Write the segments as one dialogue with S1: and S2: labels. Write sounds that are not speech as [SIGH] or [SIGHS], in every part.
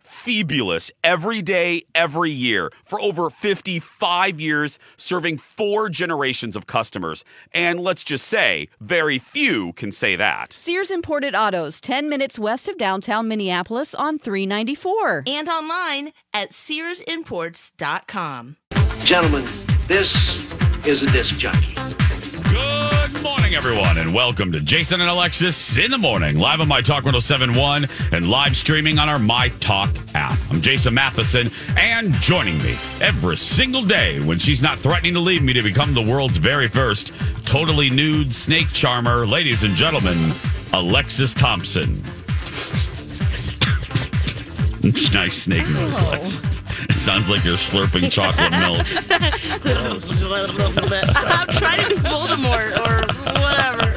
S1: Fabulous. Every day, every year. For over 55 years, serving four generations of customers. And let's just say, very few can say that.
S2: Sears Imported Autos, 10 minutes west of downtown Minneapolis on 394.
S3: And online at SearsImports.com.
S4: Gentlemen, this is a disc jockey.
S1: Good morning, everyone, and welcome to Jason and Alexis in the morning, live on My Talk 1071 and live streaming on our My Talk app. I'm Jason Matheson, and joining me every single day when she's not threatening to leave me to become the world's very first totally nude snake charmer, ladies and gentlemen, Alexis Thompson. [LAUGHS] nice snake noise, Alexis. [LAUGHS] It sounds like you're slurping chocolate milk.
S3: I'm trying to do Voldemort or whatever.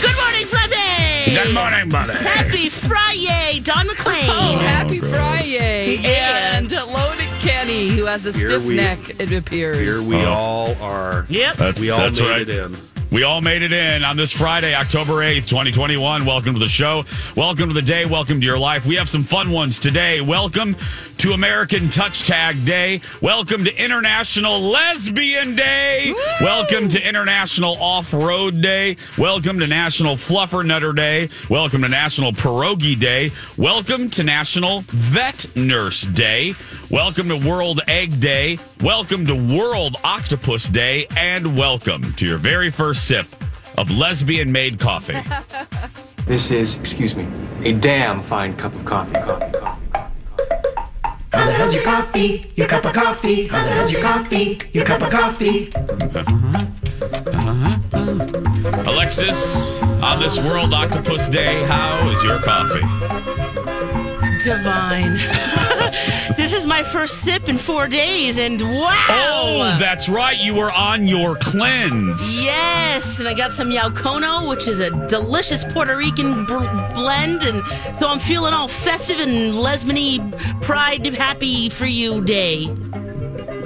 S3: Good morning, Friday!
S5: Good morning, buddy.
S3: Happy Friday, Don McLean.
S2: Oh, happy Friday. And hello to Kenny, who has a stiff
S5: we-
S2: neck, it appears.
S5: Here we
S1: Oh.
S5: all are.
S3: Yep.
S1: That's,
S5: We all
S1: that's
S5: made
S1: right.
S5: it in.
S1: We all made it in on this Friday, October 8th, 2021. Welcome to the show. Welcome to the day. Welcome to your life. We have some fun ones today. Welcome to American Touch Tag Day. Welcome to International Lesbian Day. Welcome to International Off Road Day. Welcome to National Fluffer Nutter Day. Welcome to National Pierogi Day. Welcome to National Vet Nurse Day. Welcome to World Egg Day. Welcome to World Octopus Day. And welcome to your very first sip of lesbian made coffee.
S6: This is, excuse me, a damn fine cup of coffee. Coffee, coffee, coffee.
S7: How the hell's your coffee? Your cup of coffee. How the hell's your coffee? Your cup of coffee.
S1: Alexis, on this World Octopus Day, how is your coffee?
S3: Divine. [LAUGHS] this is my first sip in four days, and wow!
S1: Oh, that's right. You were on your cleanse.
S3: Yes, and I got some Yaucono, which is a delicious Puerto Rican br- blend, and so I'm feeling all festive and lesbian pride happy for you day.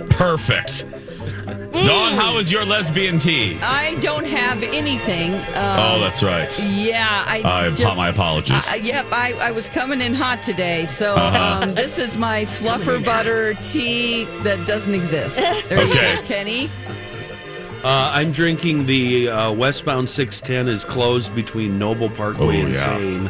S1: Perfect. Dawn, how is your lesbian tea?
S2: I don't have anything.
S1: oh,
S2: Um,
S1: that's right.
S2: yeah, I.
S1: I-
S2: just,
S1: Uh, my apologies.
S2: I- I- yep, I, I was coming in hot today, so
S1: Uh-huh.
S2: um, this is my fluffer butter tea that doesn't exist. There
S1: Okay.
S2: you go, Kenny.
S5: Uh, I'm drinking the uh, westbound 610 is closed between Noble Parkway
S1: Oh,
S5: and
S1: yeah.
S5: Shane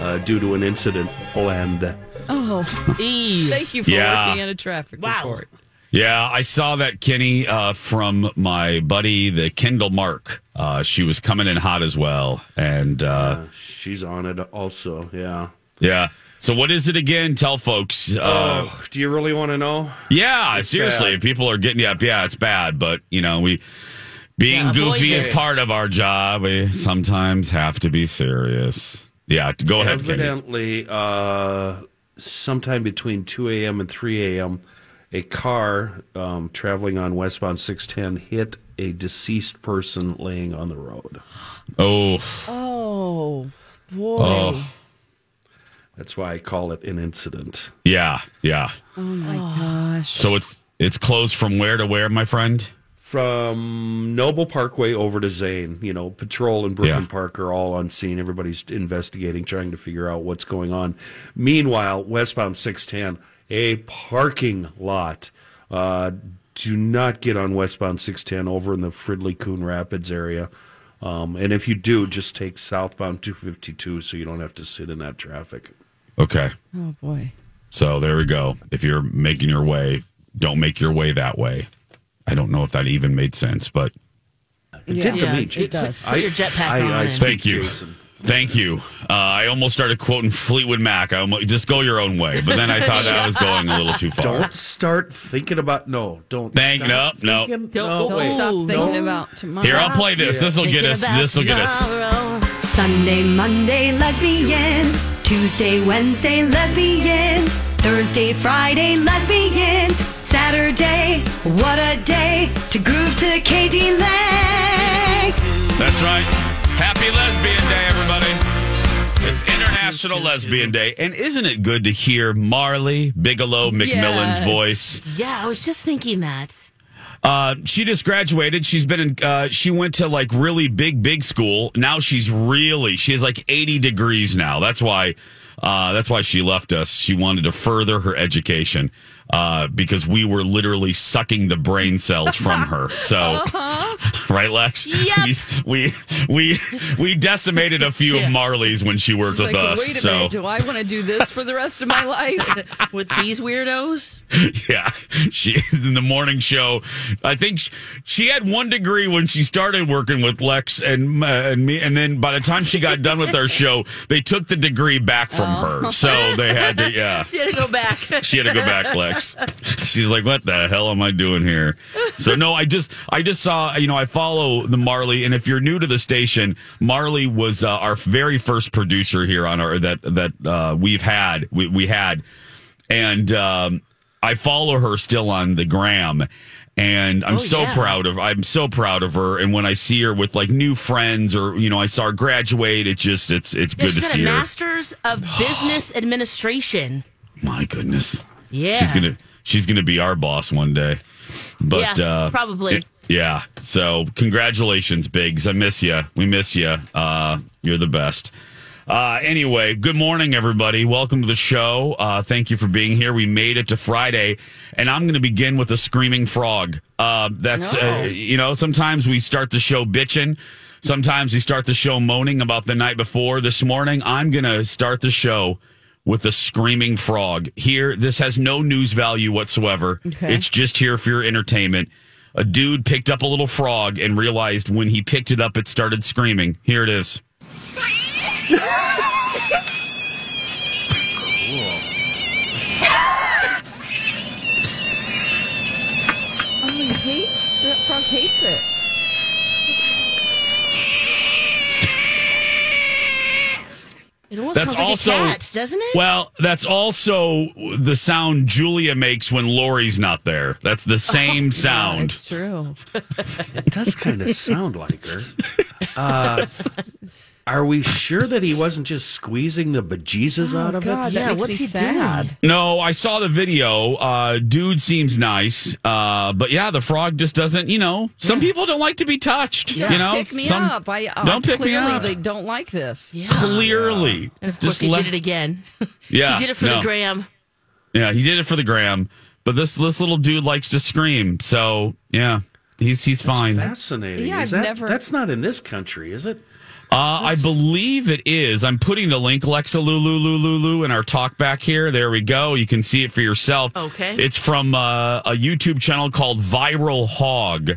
S5: uh, due to an incident. uh, Blend.
S2: Oh, thank you for
S1: Yeah.
S2: working on a traffic
S3: Wow.
S2: report.
S1: Yeah, I saw that Kenny uh, from my buddy, the Kendall Mark. Uh, she was coming in hot as well, and uh,
S5: She's on it also. Yeah.
S1: yeah. So what is it again? Tell folks. Uh,
S5: oh, do you really want to know?
S1: Yeah, seriously, if people are getting you up. Yeah, it's bad, but you know we being
S3: Yeah, avoid
S1: goofy
S3: it.
S1: is part of our job. We sometimes have to be serious. Yeah, go ahead. Kenny.
S5: Evidently, uh, sometime between 2 a.m. and 3 a.m., a car um, traveling on westbound 610 hit a deceased person laying on the road.
S1: Oh,
S2: Oh, boy.
S1: Oh.
S5: That's why I call it an incident.
S1: yeah, yeah.
S2: Gosh.
S1: So it's it's closed from where to where, my friend?
S5: From Noble Parkway over to Zane, you know, patrol and Brooklyn
S1: Yeah.
S5: Park are all on scene. Everybody's investigating, trying to figure out what's going on. Meanwhile, westbound 610, a parking lot. Uh, do not get on westbound 610 over in the Fridley Coon Rapids area. Um, and if you do, just take southbound 252 so you don't have to sit in that traffic.
S1: Okay,
S2: Oh, boy.
S1: so there we go. If you're making your way, don't make your way that way. I don't know if that even made sense, but
S5: It did to
S3: Yeah,
S5: me,
S3: it
S5: Jason.
S3: does. Put your jetpack
S5: I-
S3: on
S5: I
S3: and-
S5: speak
S1: Thank you.
S5: Jason.
S1: Thank you. Uh, I almost started quoting Fleetwood Mac. I almost just go your own way, but
S2: [LAUGHS]
S1: then I thought that I was going a little too far.
S5: Don't start thinking about no. Don't
S1: Thank-
S5: start
S1: no, no.
S5: thinking-
S3: Don't-
S2: Don't
S3: wait.
S2: stop
S3: Oh, No.
S2: thinking about tomorrow.
S1: Here, I'll play this. This will get
S3: Thinking
S1: us.
S3: about
S1: This will get us.
S3: tomorrow.
S8: Sunday, Monday, lesbians. Tuesday, Wednesday, lesbians. Thursday, Friday, lesbians. Saturday, what a day to groove to KD Lang.
S1: That's right. Happy Lesbian Day, everybody. It's International Lesbian Day. And isn't it good to hear Marley Bigelow McMillan's
S2: Yes.
S1: voice?
S3: Yeah, I was just thinking that.
S1: Uh, she just graduated. She's been in, uh, she went to like really big, big school. Now she's really, she has like 80 degrees now. That's why, uh, that's why she left us. She wanted to further her education, uh, because we were literally sucking the brain cells from
S2: [LAUGHS]
S1: her. So,
S2: Uh-huh.
S1: [LAUGHS] right, Lex?
S3: Yep.
S1: [LAUGHS] We, we, we, we decimated a few of Marley's when she worked
S2: It's
S1: with
S2: like,
S1: us.
S2: wait a
S1: so,
S2: minute. Do I want to do this for the rest of
S1: [LAUGHS]
S2: my life?
S3: With these weirdos?
S1: Yeah, she in the morning show. I think she, she had one degree when she started working with Lex and uh, and me, and then by the time she got done with our show, they took the degree back from her. So they had to. Yeah,
S3: You had to
S1: [LAUGHS]
S3: go back.
S1: she had to go back, Lex. She's like, "What the hell am I doing here?" So no, I just I just saw you know I follow the Marley, and if you're new to the station, Marley was uh, our very first producer here on our that that uh, we've had we, we had, and um, I follow her still on the gram. And
S3: Oh,
S1: I'm so proud of I'm so proud of her. And when I see her with like new friends or you know I saw her graduate, it just it's it's
S3: Yeah,
S1: good to
S3: she got
S1: see
S3: a
S1: her.
S3: master's
S1: [GASPS]
S3: of business administration.
S1: My goodness.
S3: Yeah.
S1: She's gonna she's gonna be our boss one day. But
S3: Yeah,
S1: uh
S3: probably.
S1: it- yeah. So congratulations, Biggs. I miss you. We miss you. Uh you're the best. Uh anyway, good morning everybody. Welcome to the show. Uh thank you for being here. We made it to Friday and I'm going to begin with a screaming frog. Uh that's uh, you know, sometimes we start the show bitching. Sometimes we start the show moaning about the night before. This morning, I'm going to start the show with a screaming frog. Here, this has no news value whatsoever. It's just here for your entertainment. A dude picked up a little frog and realized when he picked it up, it started screaming. Here it is.
S2: Oh, he hates that frog hates it.
S3: It almost
S1: That's
S3: sounds like
S1: also
S3: a cat, doesn't it?
S1: Well, that's also the sound Julia makes when Lori's not there. That's
S3: Oh,
S1: the same sound.
S2: It's true.
S9: [LAUGHS]
S5: It does kind of sound like her. Uh, Are we sure that he wasn't just squeezing the bejesus out of
S9: Oh, God,
S5: it?
S9: that Yeah, makes what's me he sad. doing?
S1: No, I saw the video. Uh, dude seems nice, uh, but yeah, the frog just doesn't. You know, some people don't like to be touched.
S9: Don't
S1: you know,
S9: pick me
S1: Some-
S9: up. I, uh,
S1: don't pick me
S9: clearly
S1: up.
S9: They don't like this. Yeah.
S1: Clearly,
S3: And of course,
S1: Just
S3: he
S1: let-
S3: did it again. [LAUGHS]
S1: Yeah,
S3: he did it for
S1: no.
S3: the gram.
S1: Yeah, he did it for the gram, but this this little dude likes to scream. So yeah, he's he's fine.
S5: Fascinating.
S9: Yeah,
S5: Is
S9: I've
S5: that-
S9: never-
S5: That's not in this country, is it?
S1: Uh, I believe it is. I'm putting the link, Lexa Lulu Lulu Lulu, in our talk back here. There we go. You can see it for yourself.
S3: Okay.
S1: It's from uh, a YouTube channel called Viral Hog.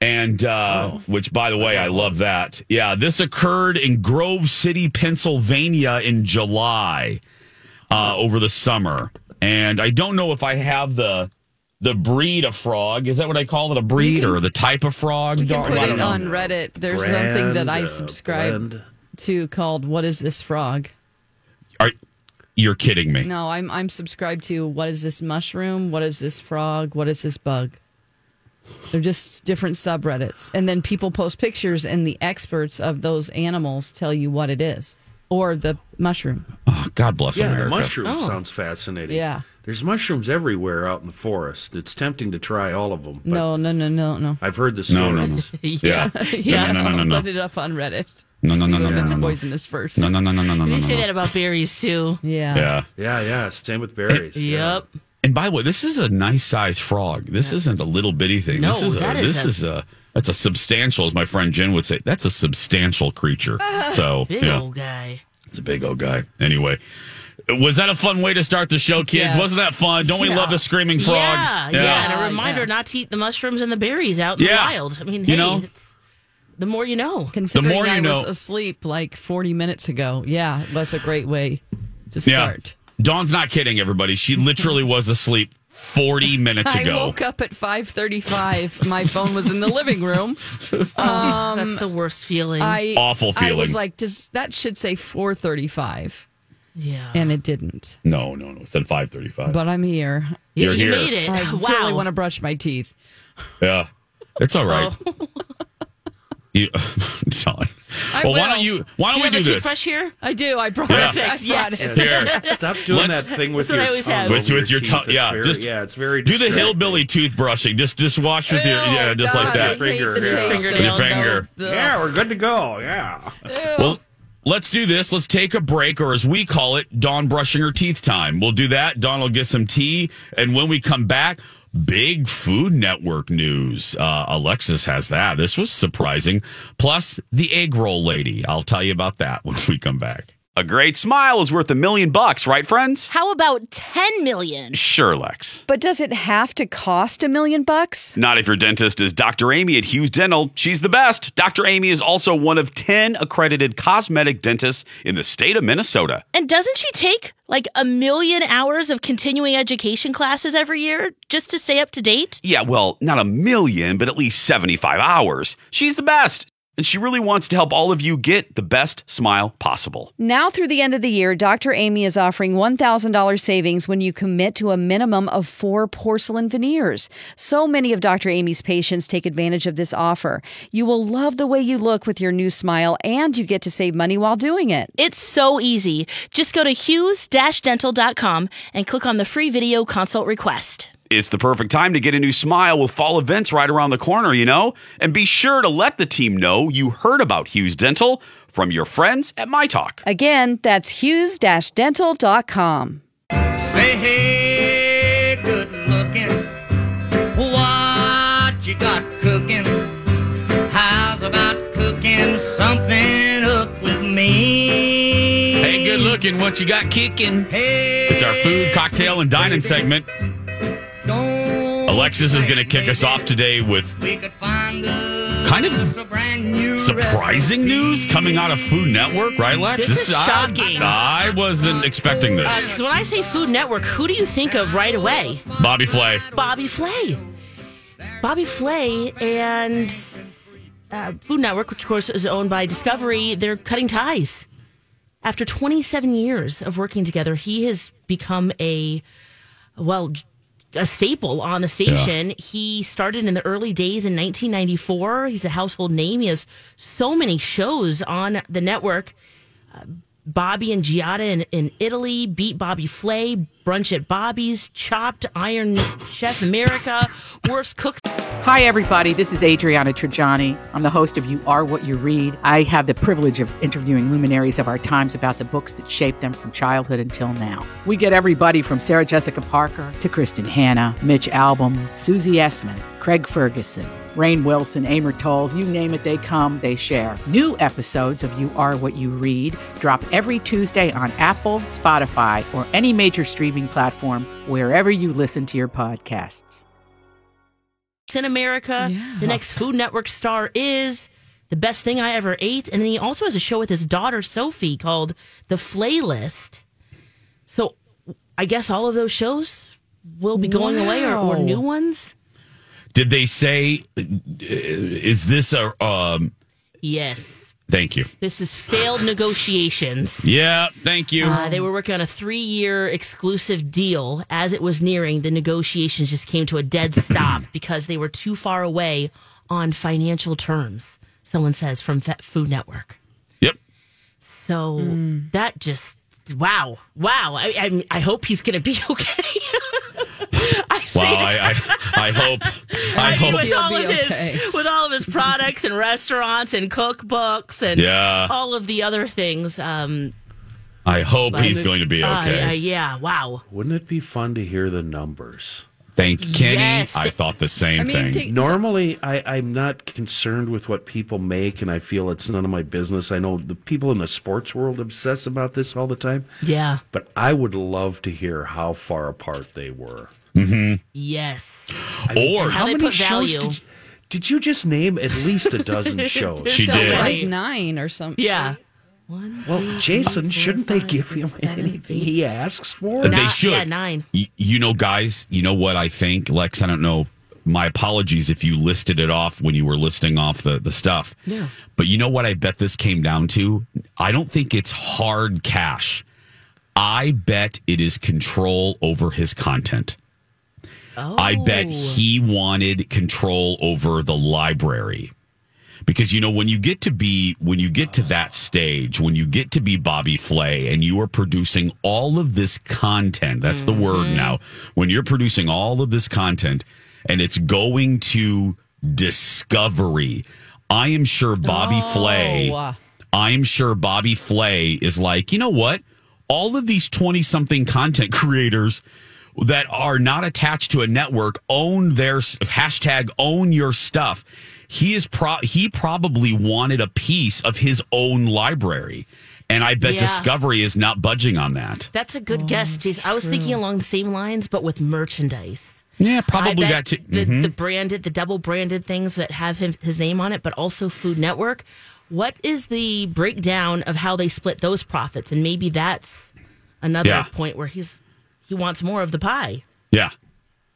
S1: And uh,
S9: Oh.
S1: which, by the way, I love that. Yeah, this occurred in Grove City, Pennsylvania in July uh, over the summer. And I don't know if I have the the breed of frog. Is that what I call it? A breed or the type of frog?
S9: We can
S1: Don't-
S9: put
S1: I
S9: it
S1: don't know.
S9: on Reddit. There's
S5: Brand,
S9: something that I
S5: uh,
S9: subscribe
S5: blend.
S9: to called "What is this frog?"
S1: Are, you're kidding me.
S9: No, I'm I'm subscribed to "What is this mushroom?" "What is this frog?" "What is this bug?" They're just different subreddits, and then people post pictures, and the experts of those animals tell you what it is or the mushroom.
S1: Oh, God bless
S5: yeah,
S1: America.
S3: [LAUGHS]
S5: the mushroom
S9: Oh.
S5: sounds fascinating.
S9: Yeah.
S5: There's mushrooms everywhere out in the forest. It's tempting to try all of them. But
S9: No, no, no, no, no.
S5: I've heard the
S1: No, no,
S5: stories.
S1: no.
S9: [LAUGHS]
S1: Yeah.
S3: [LAUGHS]
S9: yeah.
S1: No, no, no, no,
S9: [LAUGHS] Put
S1: no.
S9: it up on Reddit.
S1: No, no,
S9: See
S1: no, no,
S9: if
S1: no,
S9: it's
S1: no, no.
S9: poisonous first.
S1: No, no, no, no, no, no, no.
S3: They say
S1: no.
S3: that about berries too.
S9: Yeah.
S1: Yeah.
S5: Yeah, yeah. Same with berries.
S3: Yep.
S1: And by the way, this is a nice size frog. This isn't a little bitty thing.
S3: No,
S1: this is a
S3: that is
S1: this
S3: a-
S1: is a that's a substantial, as my friend Jen would say. That's a substantial creature. So
S3: [LAUGHS] Big
S1: yeah,
S3: old guy.
S1: it's a big old guy. Anyway. Was that a fun way to start the show, kids?
S9: Yes.
S1: Wasn't that fun? Don't we
S9: Yeah.
S1: love the screaming frog?
S3: Yeah, yeah, And
S9: Yeah,
S3: a reminder
S9: yeah.
S3: not to eat the mushrooms and the berries out in
S1: Yeah.
S3: the wild. I mean, hey,
S1: You know?
S3: it's, the more you know.
S9: Considering
S1: more you
S9: I
S1: know-
S9: was asleep like 40 minutes ago, yeah, it was a great way to
S1: Yeah.
S9: start.
S1: Dawn's not kidding, everybody. She literally was asleep 40
S3: [LAUGHS]
S1: minutes
S9: I
S1: ago.
S9: woke up at 5:35. My phone was in the living room.
S3: That's the worst feeling.
S9: I
S1: Awful
S9: I was
S1: feeling.
S9: like, does that should say 4:35,
S3: yeah.
S9: and it didn't.
S1: No, no, no. It said 535.
S9: But I'm here.
S1: You're
S3: you
S1: here.
S3: made it.
S9: I
S3: wow.
S9: really want to brush my teeth.
S1: Yeah, it's all right.
S3: Oh.
S1: [LAUGHS] You, [LAUGHS] it's all right.
S9: I
S1: well, why
S9: will.
S1: don't you? Why don't
S3: you have
S1: we
S3: a
S1: do this?
S3: toothbrush here?
S9: I do. I brought
S1: Yeah.
S9: it. I
S3: Perfect,
S9: brought
S3: yes.
S9: it.
S3: [LAUGHS]
S1: Here,
S5: Stop doing
S1: Let's-
S5: that thing with
S3: That's what
S5: your
S3: I always
S5: tongue.
S3: have.
S5: over
S1: with with your
S5: teeth.
S1: tongue.
S5: It's
S1: Yeah,
S5: very-
S1: just
S5: yeah, it's very.
S1: do the
S5: distracting.
S1: hillbilly toothbrushing. Just just wash with your
S9: Ew,
S1: yeah, just like
S9: God, I
S1: that.
S9: hate
S5: Finger,
S9: the
S5: yeah.
S9: taste
S1: With
S9: of
S1: your
S9: those.
S1: finger.
S9: Ugh.
S5: Yeah, we're good to go. Yeah.
S1: Well, let's do this. Let's take a break, or as we call it, Dawn brushing her teeth time. We'll do that. Dawn will get some tea, and when we come back, big Food Network news. Uh, Alexis has that. This was surprising. Plus, the egg roll lady. I'll tell you about that [LAUGHS] when we come back.
S10: A great smile is worth a million bucks, right, friends?
S3: How about 10 million?
S10: Sure, Lex.
S8: But does it have to cost a million bucks?
S10: Not if your dentist is Dr. Amy at Hughes Dental. She's the best. Dr. Amy is also one of 10 accredited cosmetic dentists in the state of Minnesota.
S3: And doesn't she take like a million hours of continuing education classes every year just to stay up to date?
S10: Yeah, well, not a million, but at least 75 hours. She's the best. And she really wants to help all of you get the best smile possible.
S8: Now through the end of the year, Dr. Amy is offering $1,000 savings when you commit to a minimum of four porcelain veneers. So many of Dr. Amy's patients take advantage of this offer. You will love the way you look with your new smile, and you get to save money while doing it.
S3: It's so easy. Just go to hughes-dental.com and click on the free video consult request.
S10: It's the perfect time to get a new smile with fall events right around the corner, you know? And be sure to let the team know you heard about Hughes Dental from your friends at My Talk.
S8: Again, that's hughes-dental.com.
S7: Say hey, good looking. What you got cooking? How's about cooking something up with me?
S1: Hey, good looking. What you got kicking? It's our food, cocktail, and dining segment. Alexis is going to kick us off today with
S7: We could find
S1: kind of surprising news coming out of Food Network, right, Lex?
S3: This is
S1: I-
S3: shocking.
S1: I, wasn't expecting this.
S3: Because when I say Food Network, who do you think of right away?
S1: Bobby Flay.
S3: Bobby Flay. Bobby Flay and uh, Food Network, which of course is owned by Discovery, they're cutting ties. After 27 years of working together, he has become a, well, j- a staple on the station. He started in the early days in 1994. He's a household name. He has so many shows on the network. Uh, Bobby and Giada in, in Italy, Beat Bobby Flay, Brunch at Bobby's, Chopped, Iron Chef America, Worst Cooks.
S11: Hi, everybody. This is Adriana Trajani. I'm the host of You Are What You Read. I have the privilege of interviewing luminaries of our times about the books that shaped them from childhood until now. We get everybody from Sarah Jessica Parker to Kristen Hanna, Mitch Albom, Susie Essman, Craig Ferguson, Rain Wilson, Amor Tolls, you name it, they come, they share. New episodes of You Are What You Read drop every Tuesday on Apple, Spotify, or any major streaming platform wherever you listen to your podcasts.
S3: in America. The next Food Network star is the best thing I ever ate. And then he also has a show with his daughter Sophie called The Flay List. So I guess all of those shows will be going away or, or
S1: Wow.
S3: new ones.
S1: Did they say, uh, is this a. Um,
S3: Yes.
S1: thank you.
S3: This is failed negotiations.
S1: Yeah, thank you.
S3: Uh, they were working on a three year exclusive deal. As it was nearing, the negotiations just came to a dead stop because they were too far away on financial terms, someone says from Fe- Food Network.
S1: Yep.
S3: So that just, wow, wow. I, I, I hope he's going to be [LAUGHS] okay. I [LAUGHS] see.
S1: wow, I, I, I
S3: [LAUGHS]
S1: hope. I,
S3: I mean,
S1: hope.
S3: with all of his with all of his products and restaurants and cookbooks and
S1: Yeah.
S3: all of the other things. Um,
S1: I hope
S3: but-
S1: he's going to be
S3: Uh,
S1: okay.
S3: yeah, yeah, wow.
S5: Wouldn't it be fun to hear the numbers?
S1: Thank Kenny.
S3: Yes,
S1: I
S3: th-
S1: thought the same
S3: I mean,
S1: thing.
S3: think-
S5: Normally, I, I'm not concerned with what people make, and I feel it's none of my business. I know the people in the sports world obsess about this all the time,
S3: Yeah.
S5: but I would love to hear how far apart they were.
S1: Mm-hmm.
S3: Yes.
S1: Or
S3: How they put value.
S5: Did, did you just name at least a
S3: [LAUGHS]
S5: dozen shows?
S9: She did. Like nine or something.
S3: Yeah.
S5: Well, Jason, shouldn't they give him anything he asks for?
S1: They should.
S3: nine.
S1: Y- you know, guys, you know what I think? Lex, I don't know. My apologies if you listed it off when you were listing off the, the stuff.
S12: Yeah.
S1: But you know what I bet this came down to? I don't think it's hard cash. I bet it is control over his content. I bet he wanted control over the library. Because you know when you get to be when you get to that stage, when you get to be Bobby Flay and you are producing all of this content, that's the word now. When you're producing all of this content and it's going to discovery, I am sure Bobby Flay I'm sure Bobby Flay is like, you know what? All of these 20 something content [LAUGHS] creators that are not attached to a network own their hashtag own your stuff. He is pro, he probably wanted a piece of his own library. And I bet
S3: Yeah.
S1: Discovery is not budging on that.
S3: That's a good guess, Jason. I was thinking along the same lines, but with merchandise.
S1: Yeah, probably
S3: I
S1: that
S3: bet
S1: too.
S3: The,
S1: Mhm.
S3: the branded, the double branded things that have him, his name on it, but also Food Network. What is the breakdown of how they split those profits? And maybe that's another
S1: Yeah.
S3: point where he's he wants more of the pie.
S1: Yeah.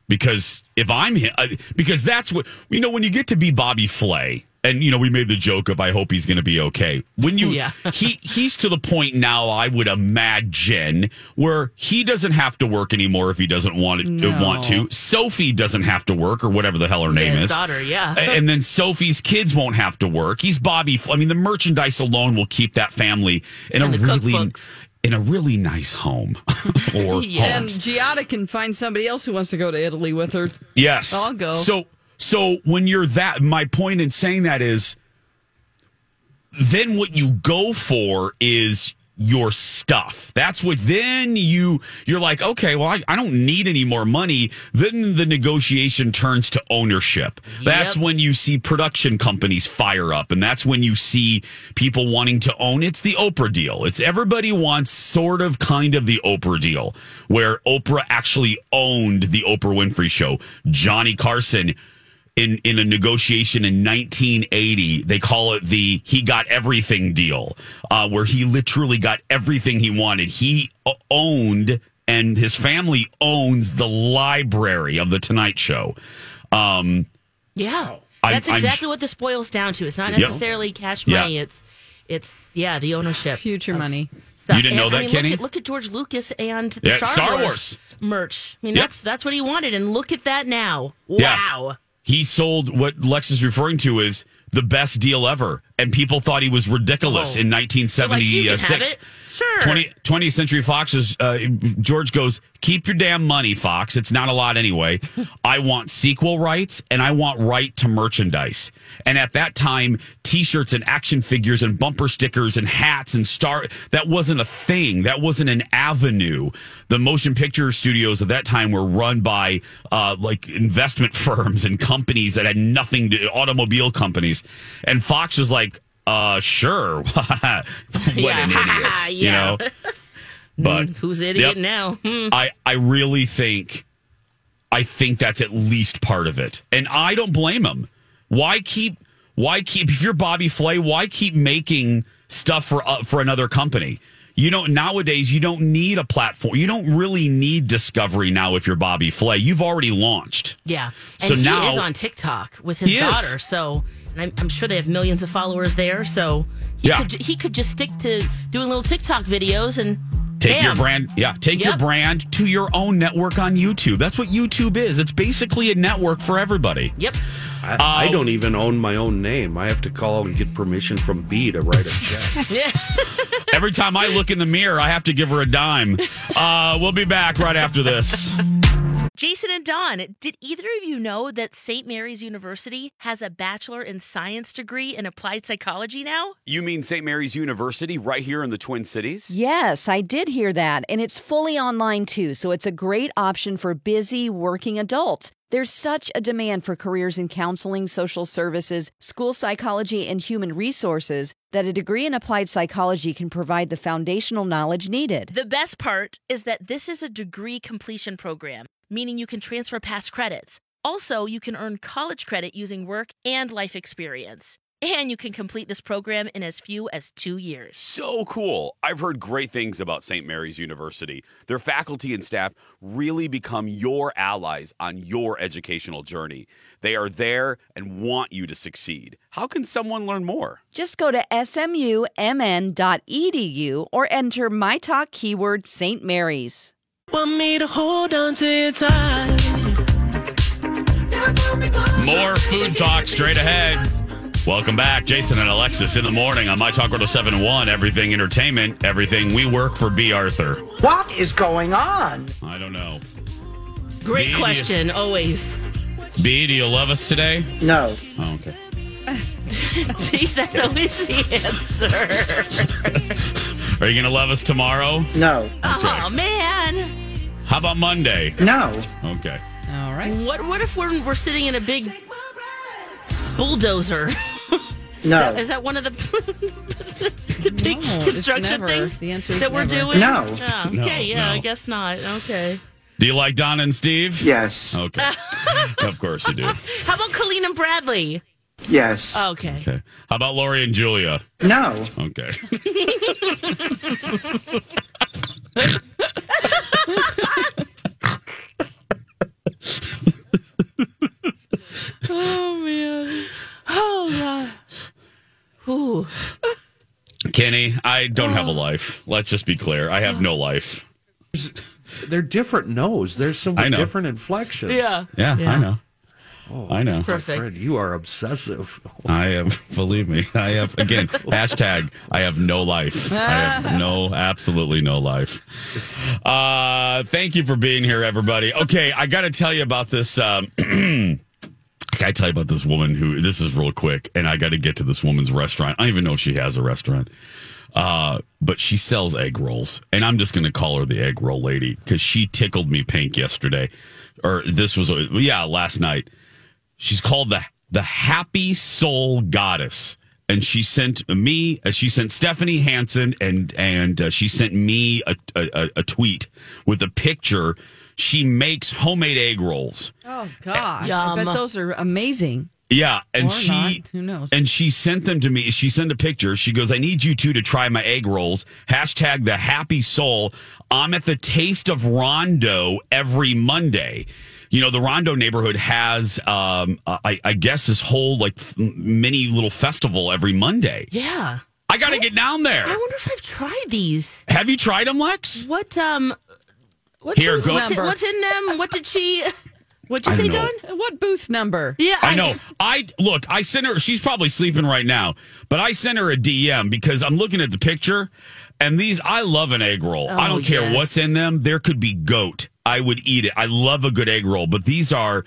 S1: Because if I'm him, I- because that's what, you know, when you get to be Bobby Flay, and, you know, we made the joke of, I hope he's going to be okay. When you,
S3: Yeah. [LAUGHS]
S1: he, he's to the point now, I would imagine, where he doesn't have to work anymore if he doesn't want, it,
S3: No.
S1: want to. Sophie doesn't have to work or whatever the hell her name
S3: his
S1: is.
S3: daughter, yeah.
S1: A- And then Sophie's kids won't have to work. He's Bobby. F- I mean, the merchandise alone will keep that family in
S9: And
S1: a
S9: the
S1: really,
S9: cookbooks.
S1: in a really nice home [LAUGHS]
S9: [LAUGHS]
S1: or
S9: And
S1: homes.
S9: Giada can find somebody else who wants to go to Italy with her.
S1: Yes.
S9: I'll go.
S1: So so when you're that my point in saying that is then what you go for is your stuff. That's what then you you're like, okay, well I, I don't need any more money. Then the negotiation turns to ownership. That's when you see production companies fire up and that's when you see people wanting to own it's the Oprah deal. It's everybody wants sort of kind of the Oprah deal where Oprah actually owned the Oprah Winfrey show. Johnny Carson in in a negotiation in 1980 they call it the he got everything deal uh, where he literally got everything he wanted he o- owned and his family owns the library of the tonight show um
S3: Yeah.
S1: I'm-
S3: That's
S1: I'm-
S3: exactly what this boils down to. It's not
S1: Yep.
S3: necessarily cash
S1: Yeah.
S3: money. It's it's yeah, the ownership. Future money. stuff.
S1: You didn't know
S3: And,
S1: that,
S3: I mean,
S1: Kenny?
S3: Look at, look at George Lucas and the
S1: Yeah,
S3: Star,
S1: Star
S3: Wars,
S1: Wars.
S3: merch. I mean,
S1: Yep.
S3: that's that's what he wanted, and look at that now.
S1: Yeah.
S3: Wow.
S1: He sold what Lex is referring to as the best deal ever, and people thought he was ridiculous
S3: Oh.
S1: in
S3: They're like, "You can have
S1: 1976.
S3: it." Sure.
S1: 20, 20th Century Fox is, uh, George goes, Keep your damn money, Fox. It's not a lot anyway. I want sequel rights and I want right to merchandise. And at that time, t shirts and action figures and bumper stickers and hats and star that wasn't a thing. That wasn't an avenue. The motion picture studios at that time were run by uh, like investment [LAUGHS] firms and companies that had nothing to automobile companies. And Fox was like, uh, sure. [LAUGHS] what an idiot.
S3: [LAUGHS] Yeah.
S1: You know?
S3: [LAUGHS]
S1: But
S3: Who's the
S1: Yep.
S3: idiot now? Hmm.
S1: I, I really think I think that's at least part of it. And I don't blame him. Why keep why keep if you're Bobby Flay, why keep making stuff for uh, for another company? You don't nowadays you don't need a platform. You don't really need discovery now if you're Bobby Flay. You've already launched.
S3: Yeah. And
S1: So
S3: he
S1: now-
S3: is on TikTok with his
S1: He is.
S3: daughter. So and I'm, I'm sure they have millions of followers there. So he,
S1: Yeah.
S3: could, ju- he could just stick to doing little TikTok videos and
S1: Take your
S3: bam.
S1: brand, yeah, take your
S3: Yep.
S1: brand to your own network on YouTube. That's what YouTube is. It's basically a network for everybody.
S3: Yep. [LAUGHS]
S5: I, I don't even own my own name. I have to call and get permission from B to write a check.
S1: Every time I look in the mirror, I have to give her a dime. Uh, we'll be back right after this.
S3: Jason and Don, did either of you know that St. Mary's University has a bachelor in science degree in applied psychology now?
S10: You mean St. Mary's University right here in the Twin Cities?
S8: Yes, I did hear that. And it's fully online too, so it's a great option for busy working adults. There's such a demand for careers in counseling, social services, school psychology, and human resources that a degree in applied psychology can provide the foundational knowledge needed.
S3: The best part is that this is a degree completion program, meaning you can transfer past credits. Also, you can earn college credit using work and life experience. And you can complete this program in as few as two years.
S10: So cool. I've heard great things about St. Mary's University. Their faculty and staff really become your allies on your educational journey. They are there and want you to succeed. How can someone learn more?
S8: Just go to smumn.edu E or enter my talk keyword St. Mary's.
S12: Want me to hold on to your time.
S1: More food talk straight ahead. Welcome back, Jason and Alexis in the morning on My Talk World 71, Everything Entertainment, Everything We Work for B. Arthur.
S13: What is going on?
S1: I don't know.
S3: Great
S1: Media.
S3: question, always.
S1: B, do you love us today?
S13: No.
S1: Oh, okay.
S3: [LAUGHS] Jeez, that's always the [LAUGHS] answer.
S1: Are you going to love us tomorrow?
S13: No.
S3: oh, man.
S1: How about Monday?
S13: No.
S1: Okay.
S3: All right. What, what if we're, we're sitting in a big bulldozer?
S13: No.
S3: Is that one of the, [LAUGHS] the big
S9: it's
S3: construction
S9: never.
S3: things
S9: The answer is
S3: that we're
S9: never.
S3: doing?
S9: No.
S3: Oh, okay,
S1: No,
S3: yeah,
S1: no.
S3: I guess not. Okay.
S1: Do you like Don and Steve?
S13: Yes.
S1: Okay. [LAUGHS] of course you do.
S3: How about Colleen and Bradley?
S13: Yes.
S3: okay.
S1: Okay. How about Lori and Julia?
S13: No.
S1: Okay. [LAUGHS]
S3: oh man. Oh god. Ooh. Oh.
S1: Kenny, I don't have a life. Let's just be clear. I have no life.
S5: [LAUGHS] They're different no's. There's some
S1: I know.
S5: different inflections.
S3: Yeah.
S1: Yeah, I know.
S5: Oh,
S1: I know.
S5: my
S3: Perfect.
S5: friend, you are obsessive.
S1: I am, [LAUGHS] believe me, I have, again, hashtag, I have no life. I have no, absolutely no life. Uh, thank you for being here, everybody. Okay, I got to tell you about this. Um, [CLEARS THROAT] I got to tell you about this woman who, this is real quick, and I got to get to this woman's restaurant. I don't even know if she has a restaurant, uh, but she sells egg rolls. And I'm just going to call her the egg roll lady because she tickled me pink yesterday. Or this was, uh, yeah, last night. She's called the the Happy Soul Goddess, and she sent me. uh, She sent Stephanie Hansen, and and uh, she sent me a, a a- a tweet with a picture. She makes homemade egg rolls.
S9: Oh God!
S3: Yum.
S9: I bet those are amazing.
S1: Yeah, and
S9: Or
S1: she
S9: not. Who knows?
S1: and she sent them to me. She sent a picture. She goes, "I need you two to try my egg rolls." Hashtag the happy soul. I'm at the Taste of Rondo every Monday. You know, the Rondo neighborhood has, um, I, I guess, this whole like f- mini little festival every Monday.
S3: Yeah.
S1: I got to get down there.
S3: I wonder if I've tried these.
S1: Have you tried them, Lex?
S3: What um? What
S1: Here,
S3: booth
S1: go-
S3: What's, in- what's in them? What did she? What'd you
S1: I
S3: say,
S1: don't
S3: Don?
S1: know.
S9: What booth number?
S3: Yeah,
S1: I know. I look. I sent her. She's probably sleeping right now, but I sent her a DM because I'm looking at the picture, and these. I love an egg roll. I
S3: Oh,
S1: don't care
S3: yes.
S1: what's in them. There could be goat. I would eat it. I love a good egg roll, but these are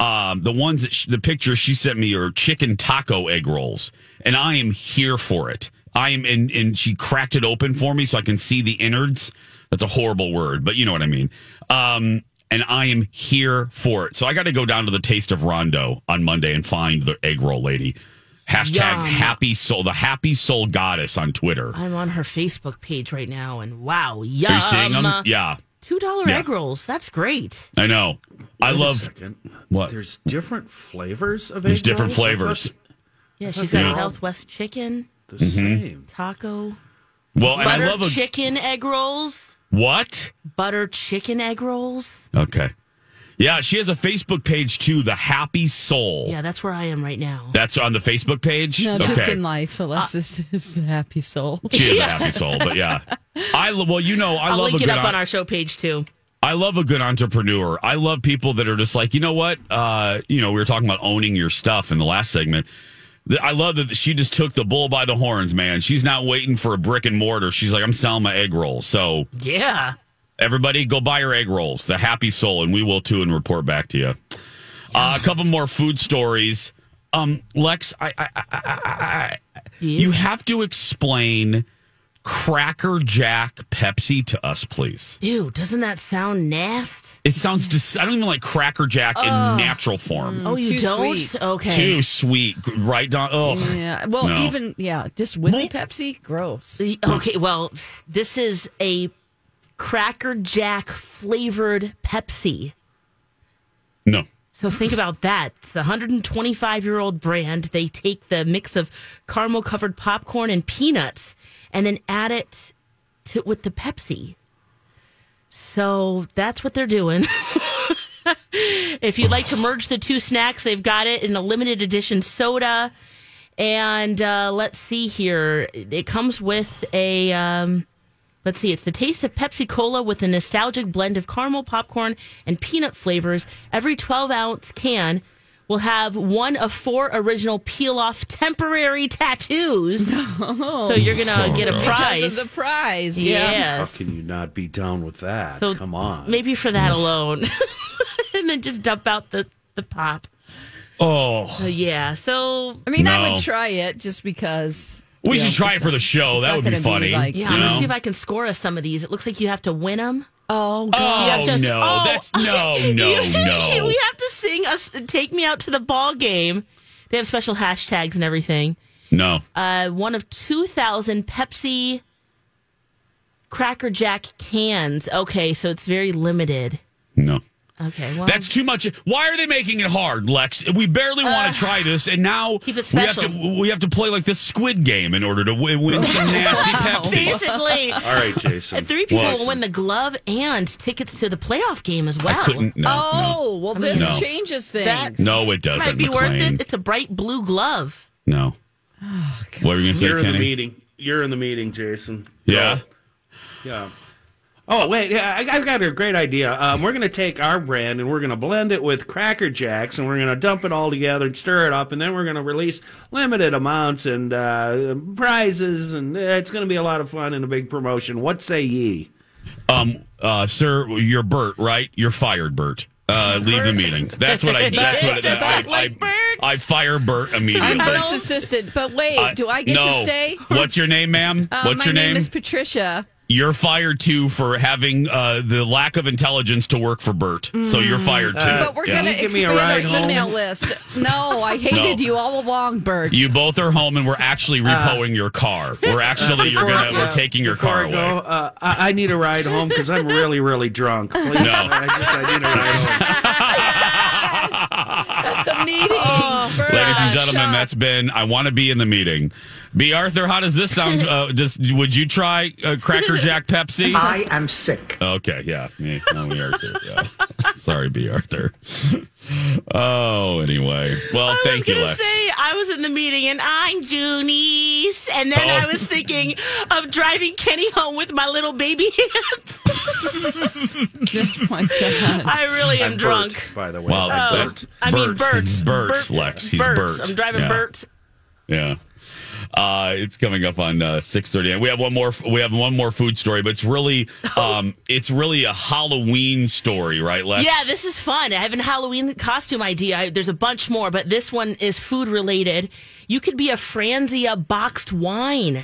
S1: um, the ones that sh the picture she sent me are chicken taco egg rolls, and I am here for it. I am in, and she cracked it open for me so I can see the innards. That's a horrible word, but you know what I mean. Um, and I am here for it. So I got to go down to the Taste of Rondo on Monday and find the egg roll lady. Hashtag
S3: Yum.
S1: happy soul, the happy soul goddess on Twitter.
S3: I'm on her Facebook page right now, and wow, yum!
S1: Are you seeing them? Yeah,
S3: Two dollar
S1: Yeah.
S3: egg rolls. That's great.
S1: I know. I
S5: Wait a
S1: love
S5: second.
S1: what
S5: There's different flavors of
S1: There's
S5: egg
S1: different
S5: rolls? I
S1: flavors.
S5: thought
S3: Yeah,
S5: I
S3: she's
S5: thought
S3: got
S5: they were all
S3: Southwest chicken,
S5: The
S1: Mhm.
S5: same.
S3: taco,
S1: Well, Oh, and I
S3: butter
S1: love a
S3: chicken egg rolls,
S1: what?
S3: butter chicken egg rolls.
S1: Okay, yeah, she has a Facebook page too. The Happy Soul.
S3: Yeah, that's where I am right now.
S1: That's on the Facebook page.
S9: No,
S1: okay.
S9: just in life. Alexis [LAUGHS] is a happy soul.
S1: She is a happy soul, but
S3: [LAUGHS]
S1: yeah, I lo- well, you know, I
S3: I'll
S1: love
S3: link
S1: a
S3: it
S1: good
S3: up on
S1: en-
S3: our show page too.
S1: I love a good entrepreneur. I love people that are just like, you know what? Uh, you know, we were talking about owning your stuff in the last segment. Th- I love that she just took the bull by the horns, man. She's not waiting for a brick and mortar. She's like, I'm selling my egg rolls. So
S3: Yeah.
S1: everybody, go buy your egg rolls, the happy soul, and we will too, and report back to you. Uh, a couple more food stories. Um, Lex, I, I, I, I, I you have to explain Cracker Jack Pepsi to us, please.
S3: Ew, doesn't that sound nasty?
S1: It sounds. Dis- I don't even like Cracker Jack in natural form.
S3: oh,
S9: too
S3: you don't?
S9: sweet.
S3: Okay.
S1: Too sweet, right? Don. Oh,
S9: Yeah. Well,
S1: No.
S9: even yeah, just with the Pepsi, gross.
S3: Okay, well, this is a Cracker Jack flavored Pepsi.
S1: no.
S3: So think about that. It's the 125 year old brand. They take the mix of caramel covered popcorn and peanuts and then add it to, with the Pepsi. So that's what they're doing. [LAUGHS] if you'd like to merge the two snacks, they've got it in a limited edition soda. And uh, let's see here. It comes with a. Um, Let's see, it's the taste of Pepsi Cola with a nostalgic blend of caramel, popcorn, and peanut flavors. Every 12 ounce can will have one of four original peel off temporary tattoos. So you're going to get a
S9: Because
S3: prize.
S9: of the prize. Yeah.
S3: Yes.
S5: How can you not be down with that?
S3: So
S5: Come on.
S3: Maybe for that alone. [LAUGHS] and then just dump out the, the pop.
S1: Oh,
S3: Uh, yeah. So,
S9: I mean, I
S1: No.
S9: would try it just because
S1: we
S9: you know,
S1: should try it
S9: it's
S1: for the
S9: not-
S1: show.
S9: it's
S1: That
S9: not
S1: would be
S9: gonna
S1: funny.
S9: like-
S3: yeah,
S1: you
S3: I'm going to
S1: know?
S3: see if I can score us some of these. It looks like you have to win them.
S9: Oh
S3: You
S9: god.
S3: have
S1: Oh
S3: to-
S1: no,
S3: oh,
S1: that's
S3: [LAUGHS]
S1: no, no, no.
S3: we have to sing us take me out to the ball game. They have special hashtags and everything.
S1: No.
S3: Uh, one of 2,000 Pepsi Cracker Jack cans. Okay, so it's very limited.
S1: No.
S3: Okay, well,
S1: That's too much. Why are they making it hard, Lex? We barely want to try this, and now
S3: keep it
S1: we have to
S3: special.
S1: we have to play like the Squid Game in order to win, win some
S9: [LAUGHS]
S3: [LAUGHS]
S1: nasty Pepsi.
S3: basically.
S5: All right,
S3: [LAUGHS]
S5: Jason.
S3: And three people
S1: Well,
S3: will win the glove and tickets to the playoff game as
S1: I
S3: well.
S1: couldn't. No.
S9: Oh well,
S3: I mean,
S9: this
S1: No.
S9: changes things.
S3: That's-
S1: No, no it doesn't.
S3: Might be
S1: McLean.
S3: worth it. It's a bright blue glove.
S1: No.
S9: Oh,
S1: what were you going to
S5: You're
S1: say,
S5: in the
S1: Kenny?
S5: meeting. You're in the meeting, Jason.
S1: Yeah.
S5: Yeah. Oh wait, yeah, I, I've got a great idea. Um, we're gonna take our brand and we're gonna blend it with Cracker Jacks and we're gonna dump it all together and stir it up and then we're gonna release limited amounts and uh, prizes and uh, it's gonna be a lot of fun and a big promotion. What say ye?
S1: Um, uh, sir, you're Bert, right? You're fired, Bert. Uh, leave the meeting. That's what
S9: [LAUGHS]
S1: I. That's what
S3: Does
S1: I.
S3: that
S1: I,
S3: like Bert?
S1: I fire Bert immediately.
S9: I'm Bert's assistant, but wait,
S1: Uh,
S9: do I get to
S1: no.
S9: stay?
S1: What's your name, ma'am?
S9: Uh,
S1: What's
S9: my
S1: your name?
S9: is Patricia.
S1: you're fired too for having uh, the lack of intelligence to work for Bert. So you're fired too.
S9: But we're
S1: Uh, Yeah.
S9: gonna
S5: give me a
S9: expand our
S5: ride home?
S9: email list. No, I
S1: [LAUGHS]
S9: hated
S1: No.
S9: you all along, Bert.
S1: You both are home, and we're actually repoing your car. We're actually you're
S5: Before-
S1: gonna
S5: yeah,
S1: we're taking your
S5: before
S1: car
S5: I
S1: away.
S5: go, uh, I, I need a ride home because I'm really,
S1: [LAUGHS]
S5: really drunk. Please, I just I need a ride home.
S1: [LAUGHS]
S9: At the meeting.
S1: Ladies and gentlemen, that's been I want to be in the meeting. B. Arthur, how does this sound? Uh, just would you try uh, Cracker Jack Pepsi?
S13: I am sick.
S1: Okay, yeah, me, no, we are too. Yeah. [LAUGHS] Sorry, B. Arthur. [LAUGHS] Oh, anyway. Well,
S3: I was
S1: thank you,
S3: gonna
S1: Lex.
S3: say I was in the meeting and I'm Junice, and then
S1: Oh.
S3: I was thinking of driving Kenny home with my little baby [LAUGHS] hands. I really am
S5: I'm Bert,
S3: drunk.
S5: by the way.
S1: Wow,
S5: I'm
S3: Oh,
S5: Bert.
S3: I mean
S1: Bert.
S3: Bert.
S1: He's Bert, Lex. He's Bert.
S3: I'm driving
S1: Yeah.
S3: Bert.
S1: Yeah. Uh, it's coming up on uh, six thirty. We have one more. We have one more food story, but it's really,
S3: Oh.
S1: um, it's really a Halloween story, right, Lex?
S3: Yeah, this is fun. I have a Halloween costume idea. I, there's a bunch more, but this one is food related. You could be a Franzia boxed wine.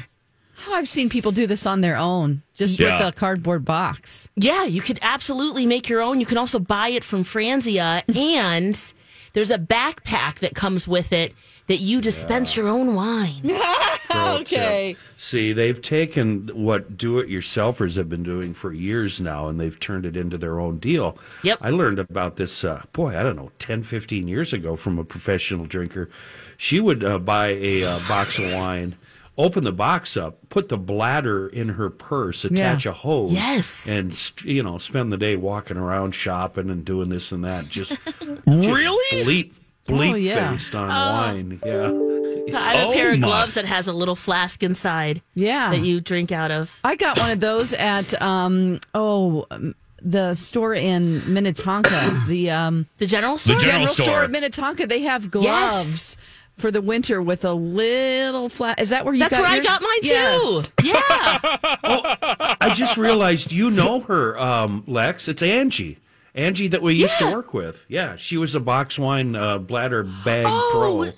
S9: Oh, I've seen people do this on their own, just
S3: Yeah.
S9: with a cardboard box.
S3: Yeah, you could absolutely make your own. You can also buy it from
S9: [LAUGHS]
S3: Franzia, and there's a backpack that comes with it that you dispense your own wine.
S9: [LAUGHS]
S5: Throat chip. See, they've taken what do-it-yourselfers have been doing for years now, and they've turned it into their own deal. Yep. I learned about this, uh, boy, I don't know, 10, 15 years ago from a professional drinker. She would uh, buy a uh, box
S3: [LAUGHS]
S5: of wine, open the box up, put the bladder in her purse, attach
S3: Yeah.
S5: a hose,
S3: Yes.
S5: and st- you know, spend the day walking around shopping and doing this and that. Just,
S3: [LAUGHS]
S5: just bleep, bleep
S3: Oh, yeah.
S5: faced on
S3: Oh.
S5: wine. Yeah.
S3: I have a pair of
S5: my.
S3: gloves that has a little flask inside.
S9: Oh Yeah.
S3: that you drink out of.
S9: I got one of those at um oh um, the store in Minnetonka, the um
S3: the general
S9: store,
S1: The general store.
S9: in Minnetonka. They have gloves for the winter with a little flat. Is that where you?
S3: That's
S9: got
S3: where I
S9: yours?
S3: got mine too.
S9: Yes. [LAUGHS]
S5: I just realized you know her, um, Lex. It's Angie. Angie that we used to work with. Yeah, she was a box wine uh, bladder bag pro.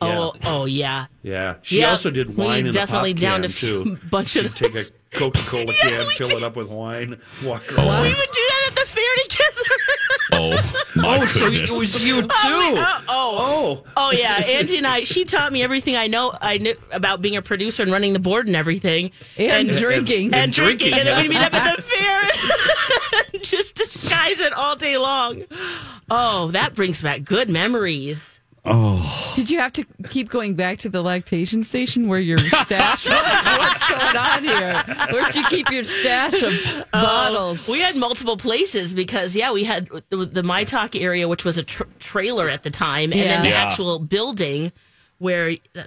S3: Oh, oh yeah.
S5: Yeah, she
S3: Yeah,
S5: also did
S3: we
S5: wine in
S3: definitely
S5: a pop
S3: down [LAUGHS]
S5: can,
S3: to
S5: too.
S3: a bunch
S5: She'd
S3: of
S5: take a Coca Cola can, fill it up with wine, walk
S3: We
S5: around.
S3: would do that at the fair together. [LAUGHS]
S1: Oh, my
S5: oh, so it
S1: goodness.
S5: was you too.
S3: Oh, wait, uh, oh,
S5: Oh.
S3: oh, yeah. Angie and I, she taught me everything I know. I knew about being a producer and running the board and everything,
S9: And drinking.
S3: and,
S9: And
S3: drinking,
S9: drinking,
S3: and then
S9: yeah.
S3: we meet up at the fair, [LAUGHS] just disguise it all day long. Oh, that brings back good memories.
S1: Oh,
S9: Did you have to keep going back to the lactation station where your stash
S3: [LAUGHS]
S9: was? What's going on here? Where'd you keep your stash of
S3: Oh.
S9: bottles?
S3: We had multiple places because yeah, we had the, the My Talk area, which was a tr- trailer at the time, and then the
S14: Yeah. Yeah.
S3: actual building where uh,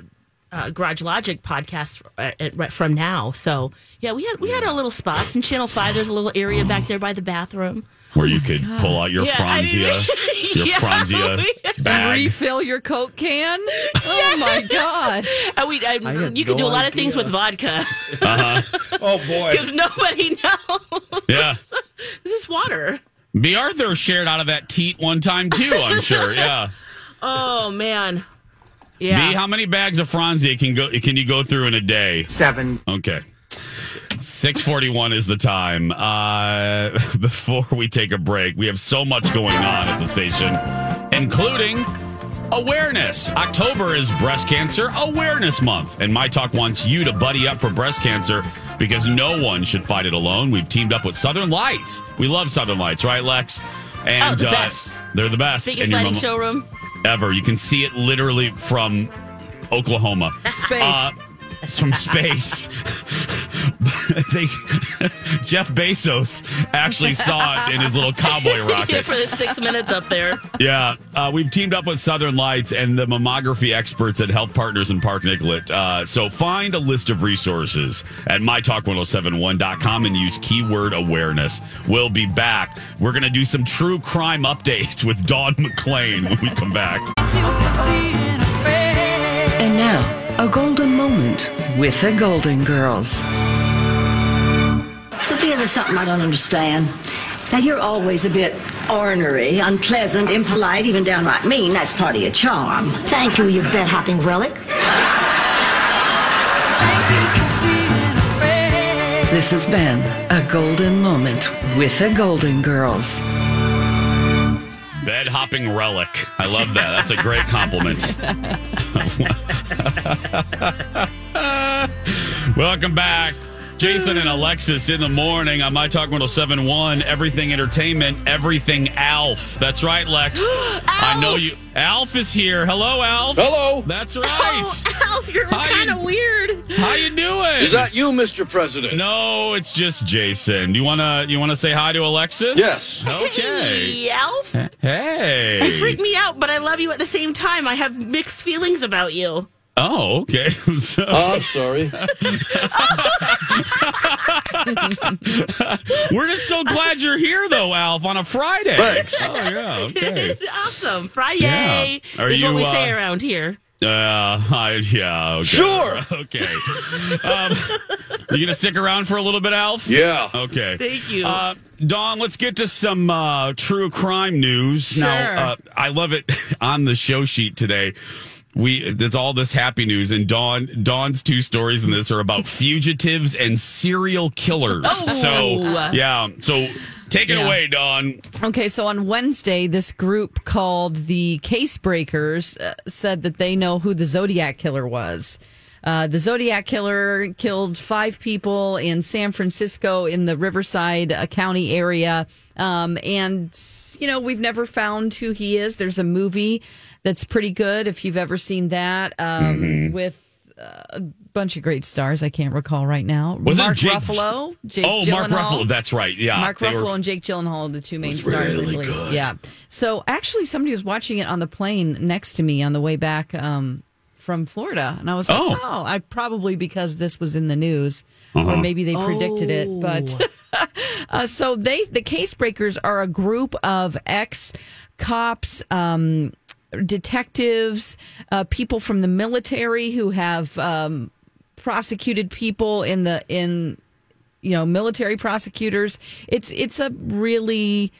S3: uh, Garage Logic podcast uh, uh, from now. So yeah, we had we had our little spots in Channel Five. There's a little area back there by the bathroom.
S1: Where you could pull out your
S3: Yeah, I mean,
S1: Franzia,
S3: [LAUGHS]
S1: your
S3: yeah,
S1: Franzia
S3: we-
S1: bag.
S9: Refill your Coke can? Oh my gosh.
S3: And [LAUGHS] we, and
S1: I had
S3: you could
S1: no
S3: do a lot of
S1: idea.
S3: things with vodka [LAUGHS]
S1: Uh-huh.
S5: [LAUGHS] Oh boy,
S3: because nobody knows.
S1: Yeah.
S3: This is water.
S1: B. Arthur shared out of that teat one time too. I'm sure. Yeah.
S3: Oh man, [LAUGHS] yeah.
S1: B, how many bags of Franzia can go? Can you go through in a day?
S13: Seven.
S1: Okay. Six forty-one is the time. Uh, [LAUGHS] before we take a break, we have so much going on at the station, including awareness. October is Breast Cancer Awareness Month, and My Talk wants you to buddy up for breast cancer because no one should fight it alone. We've teamed up with Southern Lights. We love Southern Lights, right, Lex? And
S3: Oh, the
S1: uh,
S3: best.
S1: they're the best.
S3: Biggest
S1: And your
S3: lighting
S1: mom-
S3: showroom.
S1: ever. You can see it literally from Oklahoma. Uh,
S3: Space.
S1: it's from
S3: [LAUGHS]
S1: space. they, Jeff Bezos actually saw it in his little cowboy
S3: [LAUGHS] Yeah,
S1: rocket.
S3: for the six minutes up there.
S1: Yeah, uh, we've teamed up with Southern Lights and the mammography experts at Health Partners in Park Nicollet. Uh, so find a list of resources at mytalk1071.com and use keyword awareness. We'll be back. We're going to do some true crime updates with Dawn McClain when we come back.
S15: And now, a golden moment with the Golden Girls.
S16: Sophia, there's something I don't understand. Now, you're always a bit ornery, unpleasant, impolite, even downright mean. That's part of your charm. Thank you, you bed hopping relic.
S15: This has been a golden moment with the Golden Girls.
S1: Bed hopping relic. I love that. That's a great compliment. [LAUGHS] Welcome back. Jason and Alexis in the morning on My Talk 1071, Everything Entertainment, Everything Alf. That's right,
S3: [GASPS]
S1: Lex. I know you. Alf is here. Hello, Alf.
S14: Hello.
S1: That's right.
S3: Alf, you're kind of weird.
S1: How you doing?
S14: Is that you, Mr. President?
S1: No, it's just Jason. Do you wanna you wanna say hi to Alexis?
S14: Yes.
S1: Okay.
S3: Hey, Alf.
S1: Hey.
S3: You freak me out, but I love you at the same time. I have mixed feelings about you. [LAUGHS]
S1: Oh, okay. [LAUGHS] So-
S14: Oh, I'm sorry.
S1: We're just so glad you're here, though, Alf, on a Friday.
S14: Thanks.
S1: Oh yeah. Okay.
S3: awesome. Friday
S1: Yeah. Are
S3: is what
S1: you,
S3: we
S1: uh,
S3: say around here.
S1: Uh, I, yeah. Okay.
S3: Sure.
S1: [LAUGHS] Okay. um, you gonna stick around for a little bit, Alf?
S14: Yeah.
S1: Okay.
S3: Thank you.
S1: Uh, Dawn, let's get to some uh, true crime news. Now, uh, I love it [LAUGHS] on the show sheet today. We there's all this happy news, and Dawn Dawn's two stories in this are [LAUGHS] about fugitives and serial killers.
S9: Oh.
S1: So yeah, so take it
S9: Yeah.
S1: away, Dawn.
S9: Okay, so on Wednesday, this group called the Case Breakers uh, said that they know who the Zodiac Killer was. Uh, the Zodiac Killer killed five people in San Francisco in the Riverside uh, County area. Um, and, you know, we've never found who he is. There's a movie that's pretty good if you've ever seen that um,
S1: Mm-hmm.
S9: with uh, a bunch of great stars. I can't recall right now.
S1: Was it
S9: Mark
S1: Jake-
S9: Ruffalo?
S1: oh, Mark
S9: Gyllenhaal.
S1: Ruffalo. That's right. Yeah,
S9: Mark
S1: they were-
S9: Ruffalo and Jake Gyllenhaal are the two main
S1: was
S9: stars. I
S1: really
S9: believe.
S1: good.
S9: Yeah. So actually, somebody was watching it on the plane next to me on the way back um, from Florida, and I was like,
S1: Oh.
S9: "Oh, I probably because this was in the news, or maybe they predicted it." But [LAUGHS] uh, so they, the case breakers, are a group of ex cops. Um, detectives uh, people from the military who have um, prosecuted people in the in you know military prosecutors it's it's a really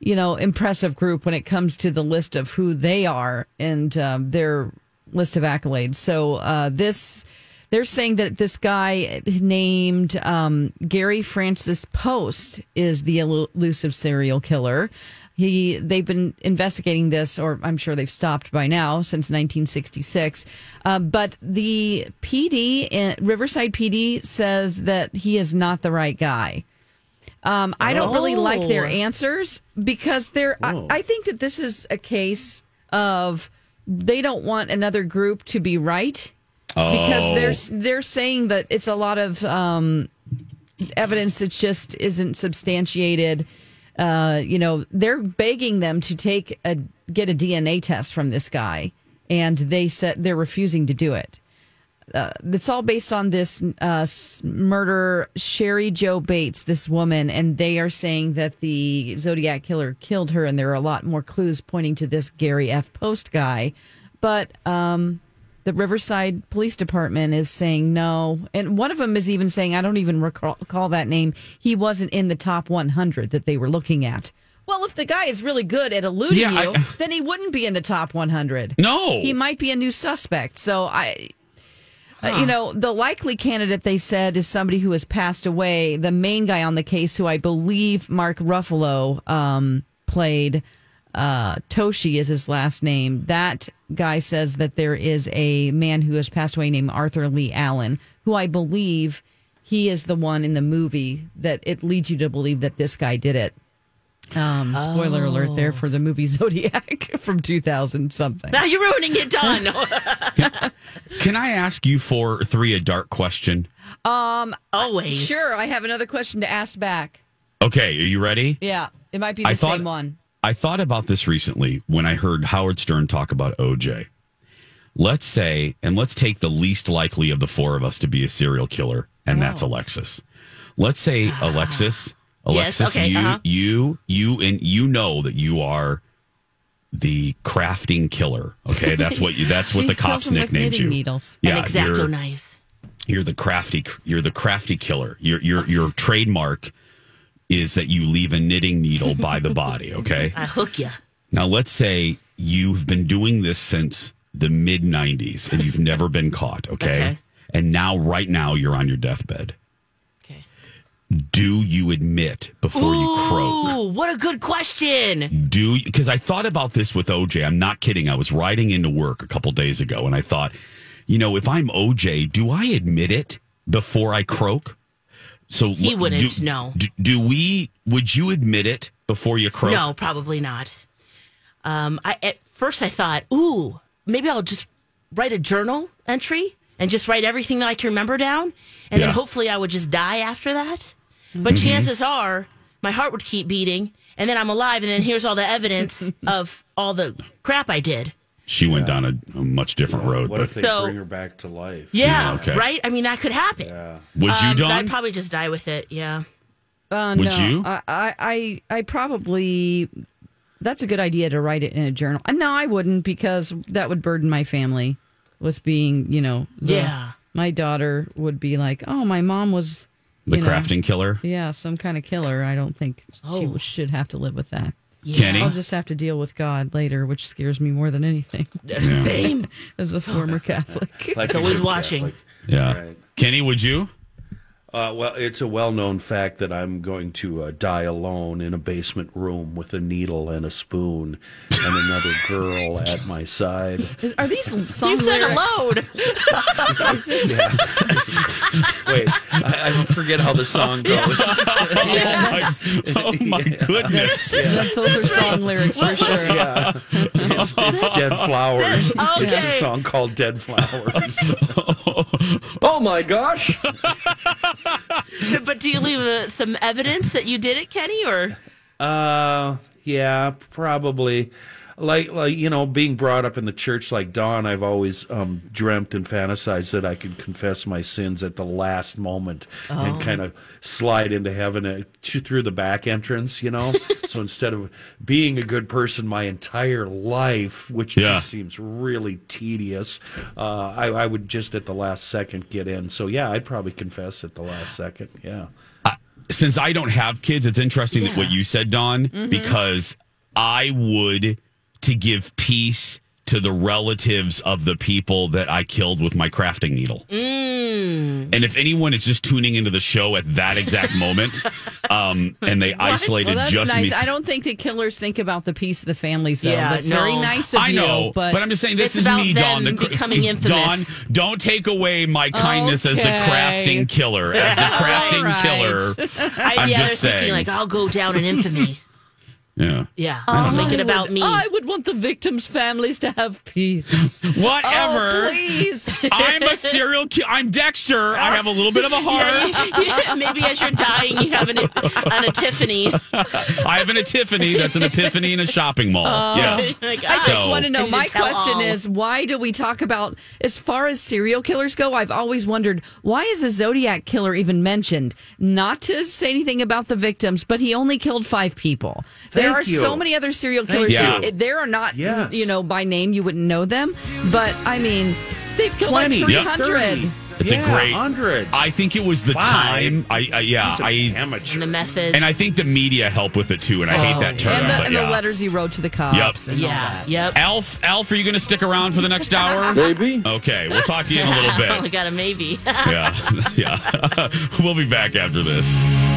S9: you know impressive group when it comes to the list of who they are and um, their list of accolades so uh, this they're saying that this guy named um, Gary Francis Post is the elu- elusive serial killer. He they've been investigating this, or I'm sure they've stopped by now since 1966. Uh, but the PD in Riverside PD says that he is not the right guy. Um, I don't really like their
S3: Oh.
S9: answers because they're. I, I think that this is a case of they don't want another group to be right because
S1: Oh.
S9: they're they're saying that it's a lot of um, evidence that just isn't substantiated. Uh, you know, they're begging them to take a get a DNA test from this guy, and they said they're refusing to do it. Uh, it's all based on this uh, s- murder, Sherry Joe Bates, this woman, and they are saying that the Zodiac killer killed her, and there are a lot more clues pointing to this Gary F. Post guy. But um, the Riverside Police Department is saying no. And one of them is even saying, I don't even recall call that name. He wasn't in the top 100 that they were looking at. Well, if the guy is really good at eluding
S1: Yeah, [LAUGHS]
S9: you,
S1: I-
S9: then he wouldn't be in the top 100.
S1: No.
S9: He might be a new suspect. So I. Uh, you know, the likely candidate they said is somebody who has passed away. The main guy on the case, who I believe Mark Ruffalo um, played, uh, Toshi is his last name. That guy says that there is a man who has passed away named Arthur Lee Allen, who I believe he is the one in the movie that it leads you to believe that this guy did it. Um, spoiler alert there for the movie [LAUGHS] Zodiac from 2000 something.
S3: Now you're ruining it, Don. [LAUGHS]
S1: Can I ask you for three a dark question?
S9: Um,
S3: Always.
S9: Sure, I have another question to ask back.
S1: Okay, are you ready?
S9: Yeah, it might be the
S1: I thought-
S9: same one.
S1: I thought about this recently when I heard Howard Stern talk about OJ. Let's say, and let's take the least likely of the four of us to be a serial killer, and
S3: Oh.
S1: that's Alexis. Let's say
S3: [SIGHS]
S1: Alexis,
S3: Yes,
S1: Alexis,
S3: okay,
S1: you,
S3: uh-huh.
S1: you, you, and you know that you are the crafting killer. Okay, that's what you. That's
S3: [LAUGHS]
S1: what
S9: She
S1: the
S9: kills
S1: cops
S9: them with
S1: nicknamed
S9: knitting
S1: you.
S9: needles.
S3: An
S1: Yeah,
S3: exacto
S1: you're-
S3: knife.
S1: you're the crafty you're the crafty killer your your your trademark is that you leave a knitting needle by the body okay
S3: I hook you.
S1: now let's say you've been doing this since the mid 90s and you've never been caught okay?
S3: Okay.
S1: and now right now you're on your deathbed
S3: Okay.
S1: do you admit before you croak
S3: Ooh, what a good question.
S1: do because I thought about this with OJ. I'm not kidding. I was riding into work a couple days ago and I thought, you know, if I'm OJ, do I admit it before I croak? So
S3: He
S1: l-
S3: wouldn't,
S1: do-
S3: no.
S1: Do, do we? Would you admit it before you croak?
S3: No, probably not. Um, I at first I thought, ooh, maybe I'll just write a journal entry and just write everything that I can remember down, and then
S17: Yeah.
S3: hopefully I would just die after that.
S1: Mm-hmm.
S3: But
S17: Mhm.
S3: chances are my heart would keep beating, and then I'm alive, and then here's all the evidence
S1: [LAUGHS]
S3: of all the crap I did.
S1: She went down a, a much different road.
S5: What
S1: but
S5: if they
S3: So-
S5: bring her back to life?
S3: Yeah,
S1: okay.
S3: right. I mean, that could happen.
S1: Would you,
S3: Um, but
S1: Don?
S3: I'd probably just die with it. Yeah.
S9: Uh,
S1: Would
S9: no,
S1: you?
S9: I, I, I, I probably. That's a good idea to write it in a journal. Uh, No, I wouldn't because that would burden my family with being, you know. the-
S3: Yeah.
S9: My daughter would be like, "Oh, my mom was
S1: The
S9: you know,
S1: crafting killer?
S9: Yeah, some kind of killer. I don't think
S3: Oh.
S9: she should have to live with that.
S1: Yeah. Kenny?
S9: I'll just have to deal with God later, which scares me more than anything.
S3: [LAUGHS] Same.
S9: [LAUGHS] as a former Catholic.
S5: Like It's always a good watching. Catholic.
S1: Yeah. Kenny, would you?
S5: Uh, well, it's a well-known fact that I'm going to uh, die alone in a basement room with a needle and a spoon and
S3: [LAUGHS]
S5: another girl at my side.
S9: Is- are [LAUGHS] these song
S3: You said
S9: lyrics?
S3: alone.
S9: [LAUGHS]
S3: [LAUGHS]
S9: Is this-
S5: Yeah. Wait, I, I forget how the [LAUGHS] song goes.
S9: Yeah,
S1: that's- [LAUGHS] oh
S5: [LAUGHS]
S1: my goodness!
S9: That's- those are song lyrics for sure.
S5: Yeah. It's, it's [LAUGHS] Dead Flowers. It's a
S9: Okay.
S5: song called Dead [LAUGHS] Flowers.
S3: Oh my gosh! but do you leave uh, some evidence that you did it, Kenny? Or
S5: Uh, yeah, probably. Like, like you know, being brought up in the church like Don, I've always um, dreamt and fantasized that I could confess my sins at the last moment
S18: Oh.
S5: and kind of slide into heaven uh, ch- through the back entrance,
S9: [LAUGHS]
S5: you know? so instead of being a good person my entire life, which
S1: Yeah.
S5: just seems really tedious, uh, I, I would just at the last second get in. So, yeah, I'd probably confess at the last second, yeah.
S1: Since I don't have kids, it's interesting that what you said, Don,
S9: Mm-hmm.
S5: Mhm.
S1: because I would to give peace to the relatives of the people that I killed with my crafting needle.
S3: mm.
S1: And if anyone is just tuning into the show at that exact
S9: [LAUGHS]
S1: moment, um, and they isolated
S9: Well, that's
S1: just
S9: nice.
S1: me,
S9: I don't think that killers think about the peace of the families, though.
S1: Yeah,
S9: that's
S1: no.
S9: very nice of
S1: I know,
S9: you. But,
S1: but I'm just saying this is me, [LAUGHS] Don. The,
S3: becoming infamous.
S1: Don, don't take away my kindness as the
S3: Okay.
S1: crafting killer. As
S9: [LAUGHS]
S1: the crafting killer,
S3: I,
S1: I'm
S3: yeah,
S1: just
S3: they're thinking
S1: saying.
S3: like I'll go down in
S1: yeah.
S3: infamy. [LAUGHS] Yeah, Oh.
S9: I
S3: I'll make it about
S9: would,
S3: me.
S9: I would want the victims' families to have peace.
S1: Whatever.
S9: [LAUGHS] Oh, please.
S1: I'm a serial killer. I'm Dexter. I have a little bit of a
S9: [LAUGHS]
S3: [LAUGHS]
S1: heart.
S3: Yeah, Maybe as you're dying, you have an, an epiphany.
S1: I have an epiphany. That's an epiphany in a shopping mall.
S9: Oh. [LAUGHS]
S1: yes.
S3: I
S9: I just
S1: So-
S9: want to know. My
S3: tell
S9: question
S3: all.
S9: is, why do we talk about as far as serial killers go? I've always wondered why is a Zodiac killer even mentioned? Not to say anything about the victims, but he only killed five people. there
S3: Thank
S9: are
S3: you.
S9: so many other serial
S3: Thank
S9: killers.
S3: you.
S9: that- They are not,
S3: Yes.
S9: you know, by name you wouldn't know them, but I mean, they've killed like three
S1: Yep.
S9: hundred.
S1: It's a great.
S5: 100.
S1: I think it was the time. I, I yeah. I
S5: amateur.
S3: The methods.
S1: And I think the media help with it too. And I hate that term.
S9: Oh, And, the,
S1: but
S9: and
S1: yeah.
S9: the letters he wrote to the cops.
S1: Yep.
S9: And all
S1: Yeah.
S9: that.
S3: Yep.
S1: Alf, Alf, are you going to stick around for the next hour? Maybe. Okay, we'll
S9: [LAUGHS] Oh,
S3: [LAUGHS]
S1: talk to you in a little
S3: Only
S1: bit. [LAUGHS]
S3: got a maybe.
S1: Yeah, yeah. we'll be back after this.